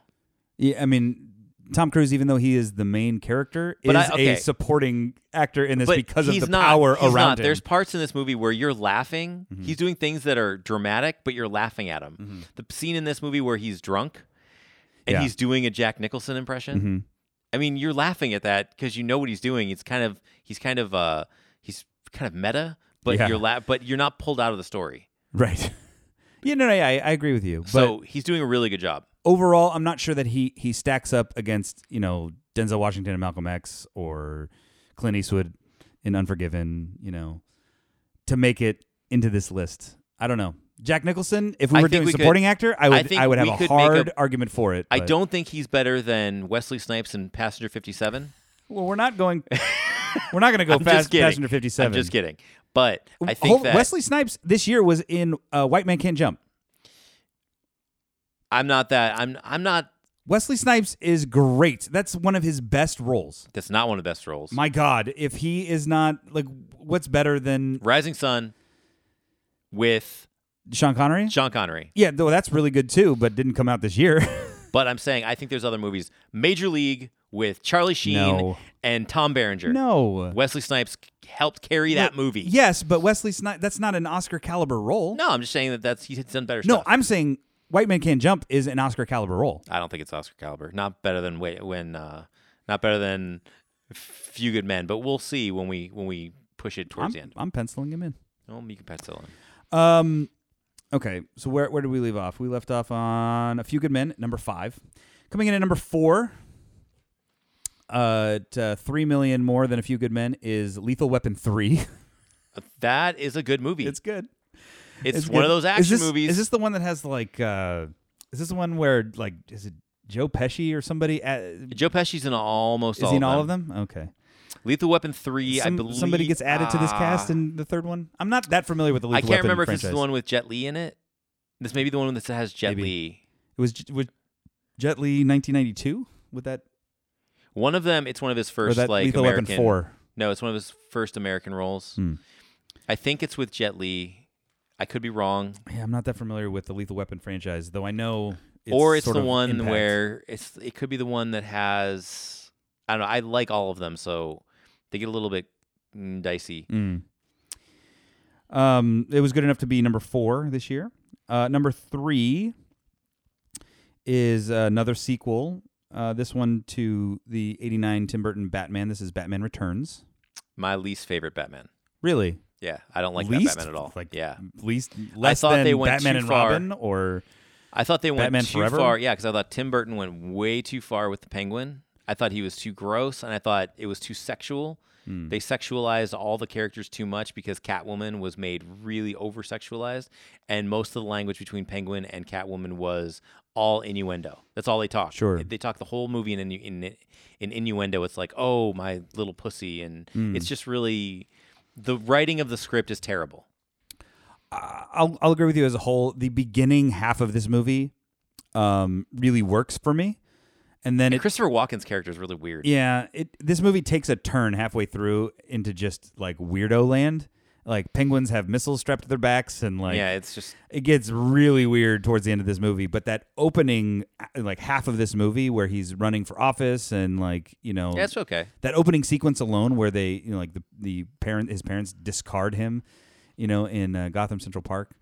B: Yeah, I mean. Tom Cruise, even though he is the main character, is
C: But I- okay.
B: a supporting actor in this
C: but
B: because of
C: he's
B: the
C: not,
B: power
C: he's
B: around
C: not.
B: him. Mm-hmm.
C: There's parts in this movie where you're laughing. He's doing things that are dramatic, but you're laughing at him. The scene in this movie where he's drunk and
B: Yeah.
C: he's doing a Jack Nicholson
B: Mhm.
C: impression. I mean, you're laughing at that because you know what he's doing. It's kind of he's kind of uh he's kind of meta, but
B: Yeah.
C: you're la- but you're not pulled out of the story.
B: right. yeah, no, no, yeah, I, I agree with you. But
C: so he's doing a really good job.
B: overall, I'm not sure that he he stacks up against you know Denzel Washington and Malcolm X or Clint Eastwood in Unforgiven. You know, to make it into this list, I don't know. Jack Nicholson, if we
C: I
B: were
C: think
B: doing
C: we could-
B: supporting actor, I would
C: think
B: I, would have
C: we
B: a
C: could make
B: hard
C: a-
B: argument for it.
C: I
B: but-
C: don't think he's better than Wesley Snipes in Passenger 57.
B: Well, we're not going. we're not going to go
C: I'm just
B: fast.
C: kidding.
B: Passenger Fifty
C: I'm
B: Seven.
C: just kidding, but I think that
B: Wesley Snipes this year was in uh, White Man Can't Jump.
C: I'm not that I'm I'm not.
B: Wesley Snipes is great. That's one of his best roles.
C: That's not one of the best roles.
B: My God, if he is not like, what's better than
C: Rising Sun with
B: Sean Connery?
C: Sean Connery.
B: Yeah, though that's really good too, but didn't come out this year.
C: But I'm saying I think there's other movies. Major League with Charlie Sheen
B: No.
C: and Tom Berenger.
B: no.
C: Wesley Snipes helped carry that movie.
B: Yes, but Wesley Snipes that's not an Oscar caliber role.
C: No, I'm just saying that that's he's done better
B: No,
C: stuff.
B: I'm saying White Man Can't Jump is an Oscar caliber role.
C: I don't think it's Oscar caliber. Not better than wait when uh, not better than Few Good Men, but we'll see when we when we push it towards
B: I'm,
C: the end.
B: I'm penciling him in.
C: Oh, you can pencil him.
B: Um, okay, so where where did we leave off? We left off on a few good men, number five, coming in at number four. Uh, t- uh, three million more than a few good men is Lethal Weapon three.
C: That is a good movie.
B: it's
C: It's,
B: good.
C: one
B: good.
C: of those
B: Is
C: action
B: this-
C: movies.
B: Is this the one that has like? uh Is this the one where like is it Joe Pesci or somebody? At, is
C: Joe Pesci's in almost all
B: he
C: of
B: in
C: them.
B: all of them? Okay.
C: Lethal Weapon three, I
B: Some-
C: believe
B: somebody gets added to this cast
C: Ah.
B: in the third one. I'm not that familiar with the Lethal
C: I can't
B: Weapon
C: remember if
B: franchise.
C: this is the one with Jet Li in it. This may be the one that has Jet
B: Maybe.
C: Li.
B: It was J- was Jet Li 1992 with that
C: One of them, it's one of his
B: or
C: first
B: that
C: like
B: Lethal
C: American.
B: Weapon four.
C: No, it's one of his first American roles.
B: Hmm.
C: I think it's with Jet Li. I could be wrong.
B: Yeah, I'm not that familiar with the Lethal Weapon franchise, though I know. It's
C: or it's
B: sort
C: the
B: of
C: one
B: impact.
C: where it's it could be the one that has I don't know. I like all of them, so they get a little bit mm, dicey.
B: Mm. Um, it was good enough to be number four this year. Uh, number three is another sequel. Uh, this one to the '89 Tim Burton Batman. This is Batman Returns.
C: My least favorite Batman.
B: Really,
C: Yeah, I don't like
B: least,
C: that Batman at all.
B: Like,
C: yeah,
B: least less
C: thought
B: than
C: they went
B: Batman
C: too
B: and
C: far.
B: Robin, or
C: I thought they went
B: Batman
C: too
B: Forever?
C: far. Yeah, because I thought Tim Burton went way too far with the Penguin. I thought he was too gross, and I thought it was too sexual.
B: Hmm.
C: They sexualized all the characters too much because Catwoman was made really over sexualized, and most of the language between Penguin and Catwoman was all innuendo. That's all they talked.
B: Sure.
C: they talked the whole movie in innu- in, in innuendo. It's like, oh, my little pussy, and
B: Hmm.
C: it's just really the writing of the script is terrible.
B: I'll I'll agree with you as a whole. The beginning half of this movie um, really works for me, and then
C: And
B: it
C: Christopher Walken's character is really weird.
B: yeah it this movie takes a turn halfway through into just like weirdo land. Like penguins have missiles strapped to their backs, and like
C: yeah, it's just
B: it gets really weird towards the end of this movie. But that opening, uh, like half of this movie, where he's running for office and like you know
C: yeah, it's okay.
B: that opening sequence alone where they you know like the the parent his parents discard him you know in uh, gotham central park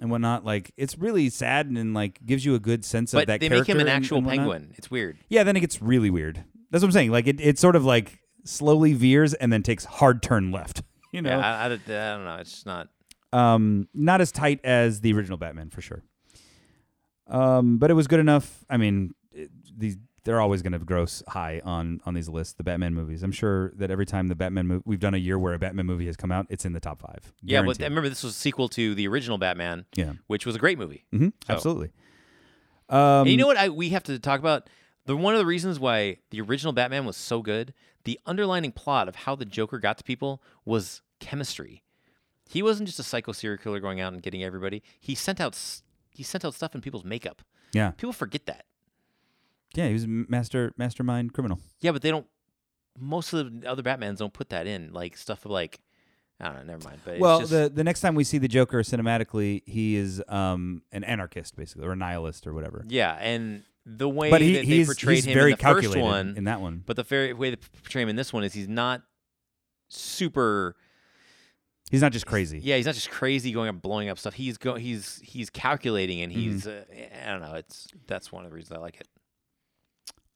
B: and whatnot like it's really sad and, like gives you a good sense of
C: but
B: that
C: they make him
B: character
C: an
B: and-
C: actual
B: and whatnot.
C: penguin. It's weird.
B: yeah then it gets really weird that's what i'm saying like it, it sort of like slowly veers and then takes hard turn left you know
C: Yeah, I, I, don't- I don't know. It's just not.
B: um not as tight as the original batman for sure um but it was good enough i mean it, these they're always going to gross high on on these lists the batman movies i'm sure that every time the batman movie we've done a year where a batman movie has come out it's in the top five
C: Yeah, but
B: Guaranteed.
C: I remember this was a sequel to the original Batman,
B: yeah
C: which was a great movie.
B: hmm
C: So-
B: absolutely um
C: And you know what? I we have to talk about the one of the reasons why the original Batman was so good. The underlining plot of how the Joker got to people was chemistry. He wasn't just a psycho serial killer going out and getting everybody. He sent out s- he sent out stuff in people's makeup.
B: yeah
C: People forget that.
B: yeah he was a master mastermind criminal
C: Yeah, but they don't. Most of the other Batmans don't put that in. Like stuff like I don't know. Never mind. But
B: well
C: it's just,
B: the the next time we see the joker cinematically he is um an anarchist basically or a nihilist or whatever
C: Yeah, and the way
B: but he,
C: that they
B: he's,
C: portrayed
B: he's
C: him
B: very
C: in the
B: calculated
C: first one,
B: in that one
C: but the very way they portray him in this one is he's not super.
B: he's not just crazy
C: Yeah, he's not just crazy going up blowing up stuff. He's go he's he's calculating and
B: Mm-hmm.
C: he's uh, I don't know. It's that's one of the reasons I like it.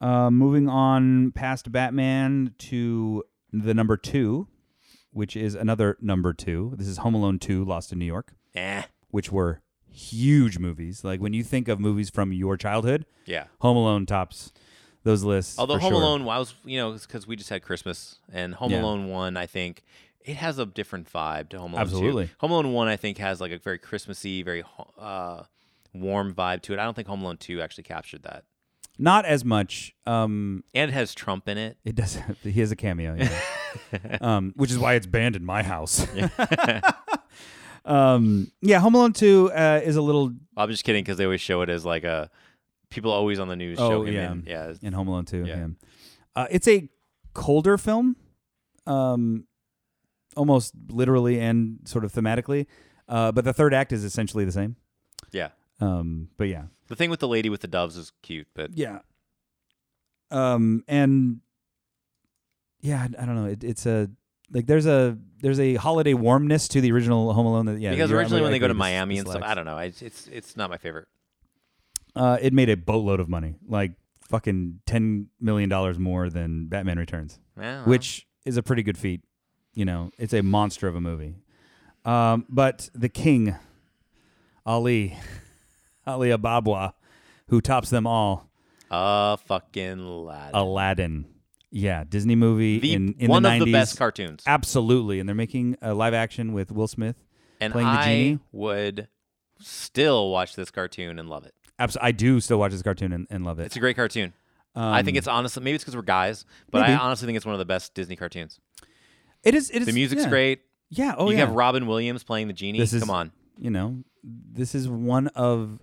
B: Uh, moving on past Batman to the number two, which is another number two. This is Home Alone 2, Lost in New York,
C: Eh,
B: which were huge movies. Like when you think of movies from your childhood,
C: yeah.
B: Home Alone tops those lists.
C: Although
B: for
C: Home
B: sure.
C: Alone, well, I was you know because we just had Christmas and Home
B: Yeah.
C: Alone one, I think it has a different vibe to Home Alone. 2.
B: Absolutely.
C: Home Alone one, I think, has like a very Christmassy, very ho- uh, warm vibe to it. I don't think Home Alone two actually captured that,
B: not as much. Um,
C: and it has Trump in it.
B: it does. He has a cameo, yeah. um, which is why it's banned in my house. um, yeah, Home Alone Two uh, is a little
C: I'm just kidding because they always show it as like a people always on the news
B: Oh,
C: show him
B: yeah.
C: in. Yeah,
B: in Home Alone 2. Yeah.
C: Yeah.
B: Uh, it's a colder film, um, almost literally and sort of thematically. Uh, but the third act is essentially the same.
C: yeah.
B: Um, but yeah,
C: The thing with the lady with the doves is cute, but
B: yeah. Um, and yeah, I, I don't know. It, it's a like there's a there's a holiday warmness to the original Home Alone. That yeah,
C: because
B: you're- I
C: originally when they go to
B: agree, this-
C: Miami
B: this
C: and stuff,
B: lacks.
C: I don't know. It's it's it's not my favorite.
B: uh, it made a boatload of money, like fucking ten million dollars more than Batman Returns,
C: Yeah, well,
B: which is a pretty good feat. You know, it's a monster of a movie. Um, but the king, Ali, Ali Ababwa, who tops them all,
C: a fucking lad.
B: Aladdin. Yeah, Disney movie
C: the,
B: Oh, in, in
C: one
B: the 90s.
C: of the best cartoons.
B: Absolutely, and they're making a live action with Will Smith.
C: and
B: playing the
C: I
B: genie.
C: would still watch this cartoon and love it.
B: Abs- I do still watch this cartoon and, and love it.
C: It's a great cartoon.
B: Um,
C: I think it's honestly maybe it's because we're guys, but I
B: maybe.
C: honestly think it's one of the best Disney cartoons.
B: it is. It is.
C: The music's
B: yeah.
C: great.
B: Yeah. Oh
C: you
B: yeah.
C: have Robin Williams playing the genie.
B: This is-
C: Come on,
B: you know, this is one of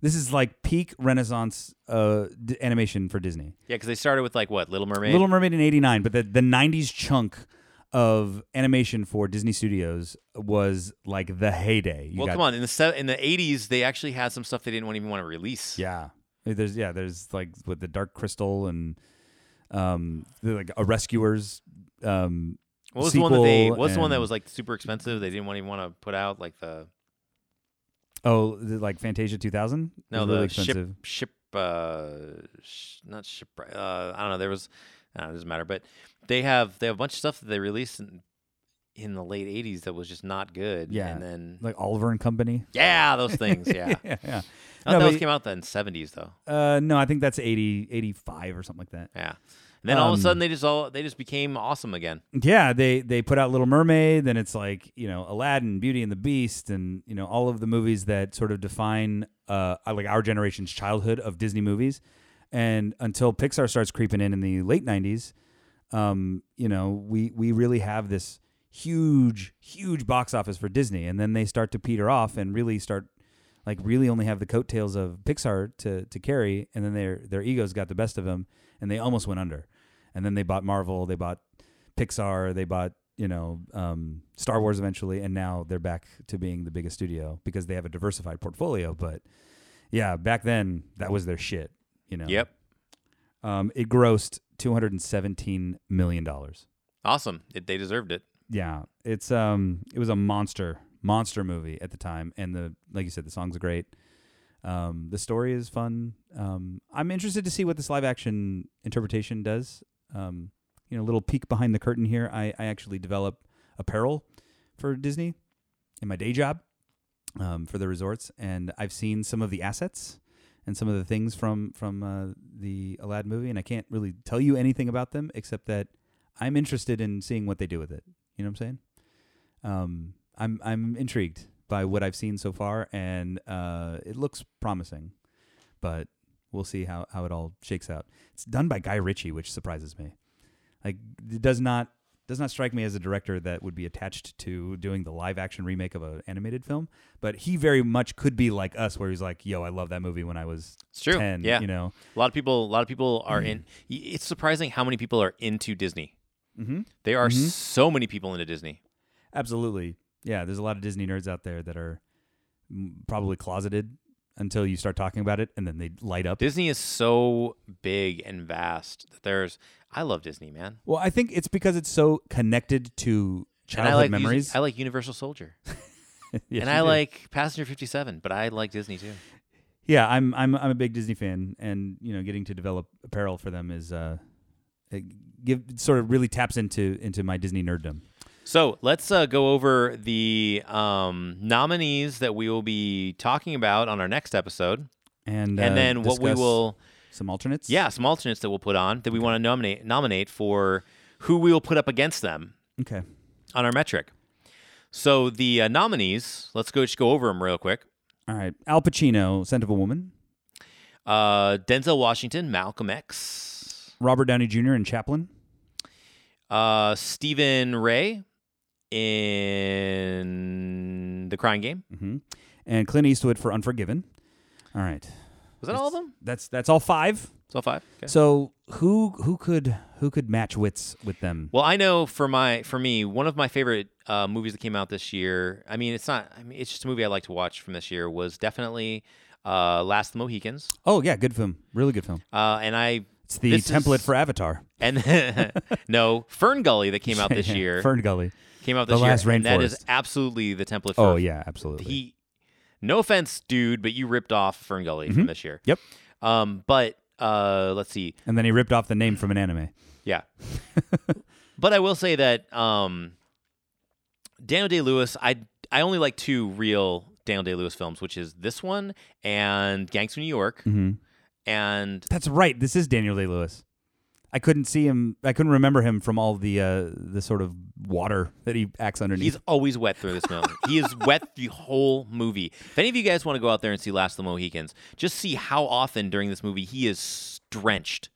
B: this is like peak Renaissance uh, d- animation for Disney.
C: yeah, because they started with like what Little Mermaid.
B: Little Mermaid in '89, but the the '90s chunk of animation for Disney Studios was like the heyday. You
C: well,
B: got-
C: come on. In the se- in the eighties, they actually had some stuff they didn't want, even want to release.
B: Yeah. There's yeah. There's like with the Dark Crystal and um the, like a Rescuers. Um,
C: What was the one that they?
B: sequel
C: What was the one that
B: and-
C: was like super expensive? They didn't want even want to put out like the
B: oh, the, like Fantasia 2000.
C: no
B: It was
C: the
B: really
C: ship
B: expensive.
C: ship uh sh- not ship uh I don't know there was I don't know, it doesn't matter but they have they have a bunch of stuff that they released in, in the late eighties that was just not good
B: Yeah.
C: and then
B: like Oliver and Company.
C: yeah those things yeah
B: yeah, yeah.
C: no,
B: No,
C: those
B: but-
C: came out then seventies though
B: Uh, no, I think that's 80, 85 or something like that.
C: yeah and then all of a
B: Um,
C: sudden they just all they just became awesome again
B: Yeah, they they put out Little Mermaid, then it's like you know Aladdin, Beauty and the Beast, and you know all of the movies that sort of define uh like our generation's childhood of Disney movies, and until Pixar starts creeping in in the late '90s, um, you know we we really have this huge huge box office for Disney, and then they start to peter off and really start like really only have the coattails of Pixar to to carry, and then their their egos got the best of them, and they almost went under, and then they bought Marvel, they bought Pixar, they bought you know um, Star Wars eventually, and now they're back to being the biggest studio because they have a diversified portfolio. But yeah, back then that was their shit. You know.
C: yep
B: Um, it grossed two hundred and seventeen million dollars.
C: awesome it, they deserved it
B: Yeah, it's um, it was a monster monster movie at the time, and the like you said, the songs are great. Um, the story is fun. Um, I'm interested to see what this live action interpretation does. Um, you know, a little peek behind the curtain here. I, I actually develop apparel for Disney in my day job um, for the resorts, and I've seen some of the assets and some of the things from from uh, the Aladdin movie, and I can't really tell you anything about them except that I'm interested in seeing what they do with it. You know what I'm saying? Um, I'm I'm intrigued by what I've seen so far, and uh, it looks promising, but we'll see how how it all shakes out. It's done by Guy Ritchie, which surprises me. Like, it does not does not strike me as a director that would be attached to doing the live action remake of an animated film, but he very much could be like us, where he's like, "Yo, I love that movie when I was
C: it's true
B: 10."
C: yeah
B: you know,
C: a lot of people a lot of people are in y- it's surprising how many people are into Disney
B: mm-hmm.
C: there are
B: Mhm.
C: so many people into Disney
B: Absolutely. Yeah, there's a lot of Disney nerds out there that are mm, probably closeted until you start talking about it and then they light up.
C: Disney is so big and vast that there's I love Disney, man.
B: Well, I think it's because it's so connected to
C: And I
B: childhood
C: like us-
B: memories.
C: I like Universal Soldier.
B: Yes,
C: and
B: you
C: I
B: do.
C: like Passenger 57, but I like Disney too.
B: Yeah, I'm I'm I'm a big Disney fan and, you know, getting to develop apparel for them is uh it give it sort of really taps into into my Disney nerddom.
C: So, let's uh, go over the um, nominees that we will be talking about on our next episode
B: And uh,
C: and then what we
B: discuss
C: will
B: some alternates?
C: yeah, some alternates that we'll put on that we want to nominate nominate for who we will put up against them
B: Okay.
C: on our metric. So, the uh, nominees, let's go just go over them real quick.
B: All right. Al Pacino, Scent of a Woman,
C: Uh, Denzel Washington, Malcolm X.
B: Robert Downey Jr. and Chaplin.
C: Uh, Stephen Ray in The Crying Game.
B: hmm And Clint Eastwood for Unforgiven. All right,
C: Was that all of them?
B: that's that's all five.
C: It's all five. Okay.
B: So who who could who could match wits with them?
C: well, I know for my for me one of my favorite uh, movies that came out this year. I mean, it's not. I mean, it's just a movie I like to watch from this year. Was definitely uh, Last of the Mohicans,
B: Oh yeah, good film, really good film.
C: uh, and I
B: It's the
C: This
B: template
C: is-
B: for Avatar.
C: and no Fern Gully that came out this
B: Yeah,
C: year
B: Fern Gully.
C: came out
B: The
C: this year.
B: Last
C: and that is
B: Rainforest.
C: absolutely the template. For
B: Oh yeah, absolutely.
C: he No offense, dude, but you ripped off Fern Gully from this year.
B: Mm-hmm. Yep.
C: Um, but uh, let's see.
B: And then he ripped off the name from an anime.
C: Yeah. but I will say that um, Daniel Day Lewis, I I only like two real Daniel Day Lewis films, which is this one and Gangs of New York.
B: Mm-hmm.
C: And
B: That's right. This is Daniel Day Lewis. I couldn't see him. I couldn't remember him from all the uh, the sort of water that he acts underneath.
C: he's always wet through this film. he is wet the whole movie. If any of you guys want to go out there and see Last of the Mohicans, just see how often during this movie he is drenched.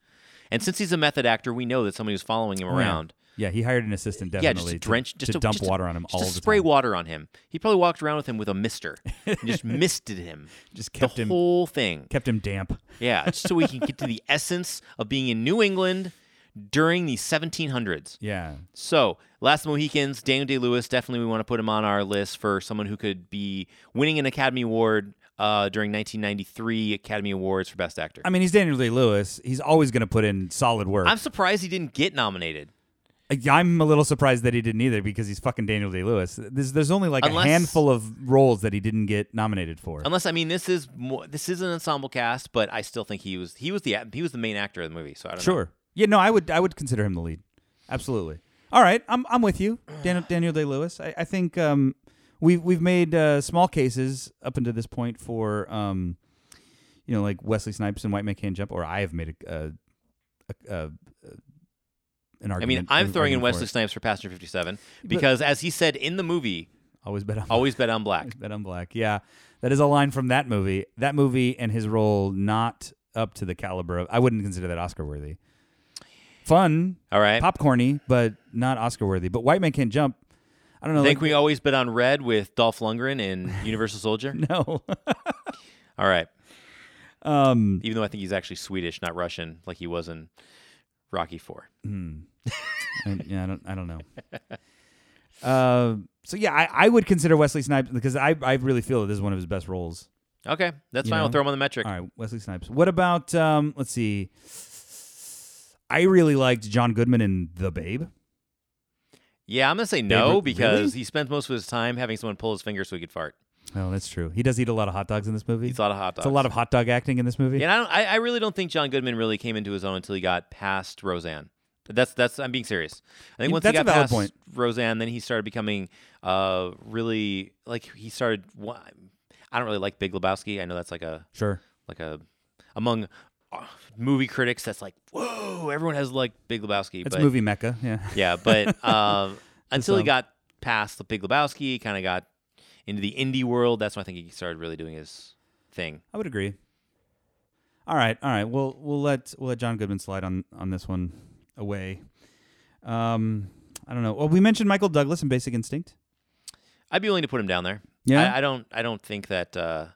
C: And since he's a method actor, we know that somebody was following him
B: yeah.
C: around.
B: yeah, he hired an assistant
C: Yeah,
B: definitely
C: just
B: to,
C: to drench, just
B: to,
C: to,
B: dump
C: just to-
B: water on him
C: just
B: all
C: to
B: the
C: spray
B: time.
C: water on him. He probably walked around with him with a mister and just misted him.
B: Just
C: the
B: kept him-
C: whole thing.
B: Kept him damp.
C: Yeah, just so we can get to the essence of being in New England during the 1700s.
B: Yeah,
C: So, Last of the Mohicans, Daniel Day Lewis, definitely we want to put him on our list for someone who could be winning an Academy Award uh, during 1993 Academy Awards for Best Actor.
B: I mean he's Daniel Day Lewis. He's always going to put in solid work.
C: I'm surprised he didn't get nominated.
B: I- I'm a little surprised that he didn't either because he's fucking Daniel Day Lewis. There's, there's only like
C: Unless-
B: a handful of roles that he didn't get nominated for.
C: Unless I mean, this is more, this is an ensemble cast, but I still think he was he was the he was the main actor of the movie. So I don't know.
B: Sure. Yeah, no, I would I would consider him the lead. Absolutely. All right, I'm I'm with you, Daniel, Daniel Day Lewis. I, I think um, we've we've made uh, small cases up until this point for um, you know, like Wesley Snipes and White Man Can't Jump, or I have made a, a, a, a an argument.
C: I mean, I'm
B: an
C: throwing in
B: argument for
C: Wesley
B: it.
C: Snipes for Passenger 57 because, as he said in the movie,
B: Always bet on
C: always bet on black.
B: Bet on black. Yeah, that is a line from that movie. That movie and his role not up to the caliber of. I wouldn't consider that Oscar worthy. Fun,
C: All right.
B: popcorny, but not Oscar worthy. But White Man Can't Jump. I don't know.
C: I think
B: like,
C: we always bet on red with Dolph Lundgren in Universal Soldier.
B: no.
C: All right.
B: um,
C: Even though I think he's actually Swedish, not Russian, like he was in Rocky Four.
B: I, yeah, I don't. I don't know. Uh, so yeah, I, I would consider Wesley Snipes because I I really feel that this is one of his best roles.
C: Okay, that's
B: You
C: fine. I'll
B: know?
C: throw him on the metric.
B: All right, Wesley Snipes. What about um? Let's see. I really liked John Goodman in The Babe.
C: Yeah, I'm gonna say no
B: Ru-
C: because
B: really?
C: he spends most of his time having someone pull his finger so he could fart.
B: Oh, that's true. He does eat a lot of hot dogs in this movie.
C: He's a lot of hot dogs.
B: It's a lot of hot dog acting in this movie.
C: Yeah, and I, don't, I, I really don't think John Goodman really came into his own until he got past Roseanne. That's that's I'm being serious. I think
B: You-
C: once
B: that's
C: he
B: a
C: got
B: valid
C: past
B: point.
C: Roseanne, then he started becoming uh really like he started. wa- I don't really like Big Lebowski. I know that's like a
B: Sure.
C: like a among uh, movie critics that's like whoa everyone has like Big Lebowski.
B: It's
C: but,
B: movie mecca. Yeah.
C: Yeah, but um, until he
B: um,
C: got past the Big Lebowski, he kind of got into the indie world. That's when I think he started really doing his thing.
B: I would agree. All right, all right. We'll we'll let we'll let John Goodman slide on on this one away. Um, I don't know. Well, we mentioned Michael Douglas in Basic Instinct.
C: I'd be willing to put him down there.
B: Yeah?
C: I, I don't. I don't think that. Uh,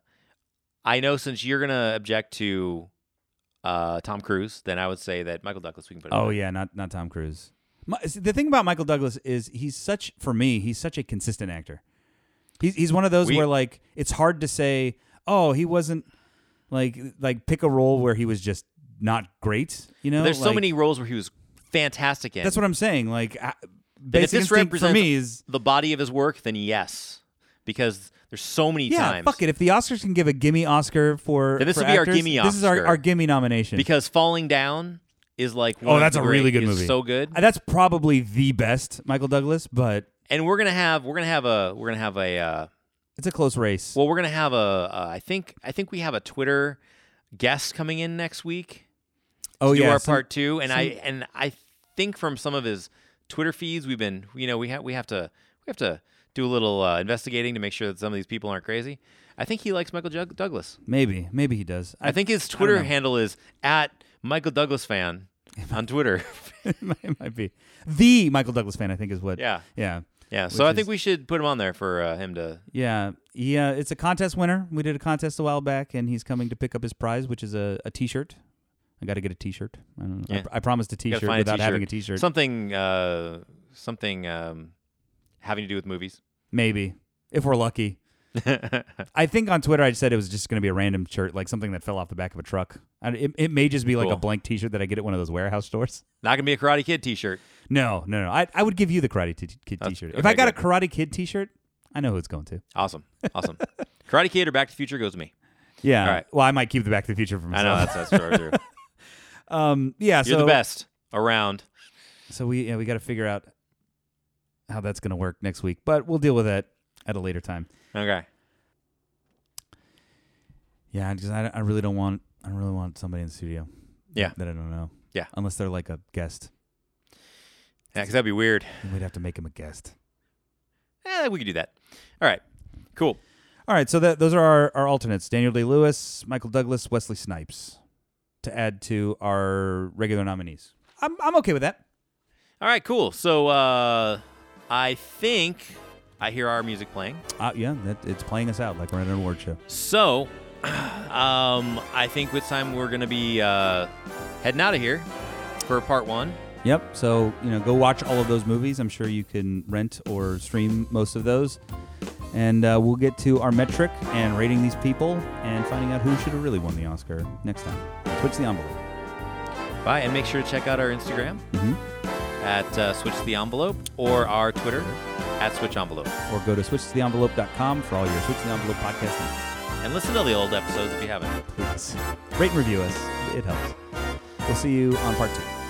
C: I know since you're gonna object to uh, Tom Cruise, then I would say that Michael Douglas we can put. Him
B: Oh
C: down.
B: yeah, not not Tom Cruise. My, see, the thing about Michael Douglas is he's such for me he's such a consistent actor. He's he's one of those
C: We-
B: where like it's hard to say oh he wasn't like like pick a role where he was just not great. You know,
C: There's so
B: Like,
C: many roles where he was fantastic in.
B: That's what I'm saying. Like I,
C: Then
B: Basic
C: if this
B: Instinct for
C: represents-
B: me is
C: the body of his work. Then yes, because there's so many
B: Yeah,
C: times.
B: fuck it. If the Oscars can give a gimme Oscar for
C: Then this
B: for
C: would be our
B: actors,
C: gimme
B: This is our,
C: Oscar.
B: our gimme nomination.
C: Because falling down is like
B: oh,
C: one of
B: that's
C: the
B: a really
C: great-
B: good
C: is
B: movie.
C: So good.
B: Uh, That's probably the best Michael Douglas, but
C: and we're gonna have we're gonna have a we're gonna have a uh,
B: it's a close race.
C: well we're gonna have a uh, I think I think we have a Twitter guest coming in next week
B: oh
C: to do
B: yeah,
C: our
B: some-
C: part two and I
B: some-
C: and I think from some of his Twitter feeds we've been you know we have we have to we have to do a little uh, investigating to make sure that some of these people aren't crazy. I think he likes Michael Jug- Douglas.
B: Maybe, maybe he does.
C: I think his Twitter handle is at Michael Douglas fan on Twitter.
B: it might- it might be the Michael Douglas fan. I think is what.
C: Yeah.
B: yeah,
C: yeah, so
B: Which
C: I think
B: is-
C: we should put him on there for uh, him to
B: yeah, yeah. It's a contest winner. We did a contest a while back, and he's coming to pick up his prize, which is a, a T-shirt. I got to get a T-shirt. I, don't know. I
C: Yeah.
B: pr- I, promised a T-shirt
C: Gotta find
B: without having a
C: t-shirt.
B: T-shirt.
C: Something, uh, something um, having to do with movies.
B: maybe if we're lucky. I think on Twitter I said it was just going to be a random shirt, like something that fell off the back of a truck. And it, it may just be like a
C: Cool.
B: blank T-shirt that I get at one of those warehouse stores.
C: Not gonna be a Karate Kid T-shirt.
B: No, no, no. I, I would give you the Karate t- Kid
C: That's-
B: T-shirt. if
C: okay,
B: I got
C: good.
B: a Karate Kid T-shirt, I know who it's going to.
C: Awesome, awesome. Karate Kid or Back to the Future goes to me.
B: Yeah.
C: All right.
B: Well, I might keep the Back to the Future for
C: I
B: myself.
C: know that's that's true. true.
B: Um, yeah.
C: You're
B: so
C: the best around.
B: So we yeah, we got to figure out how that's going to work next week, but we'll deal with that at a later time.
C: Okay.
B: Yeah, because I, I really don't want I don't really want somebody in the studio.
C: Yeah.
B: That I don't know.
C: Yeah.
B: Unless they're like a guest,
C: Yeah, because that'd be weird.
B: Then we'd have to make him a guest.
C: Eh, we could do that. All right. Cool.
B: All right, so that those are our, our alternates: Daniel Day Lewis, Michael Douglas, Wesley Snipes, to add to our regular nominees. I'm I'm okay with that.
C: All right. Cool. So uh, I think I hear our music playing.
B: Uh, yeah, that, it's playing us out like we're at an award show.
C: So um, I think with time we're gonna be uh, heading out of here for part one.
B: Yep. So you know, go watch all of those movies. I'm sure you can rent or stream most of those, and uh, we'll get to our metric and rating these people and finding out who should have really won the Oscar next time. Switch the envelope.
C: Bye, and make sure to check out our Instagram
B: Mhm.
C: at uh, Switch the Envelope or our Twitter at Switch Envelope.
B: or go to switchtotheenvelope.com for all your Switch the Envelope podcast
C: And listen to the old episodes if you haven't.
B: needs. Please rate and review us. It helps. We'll see you on part two.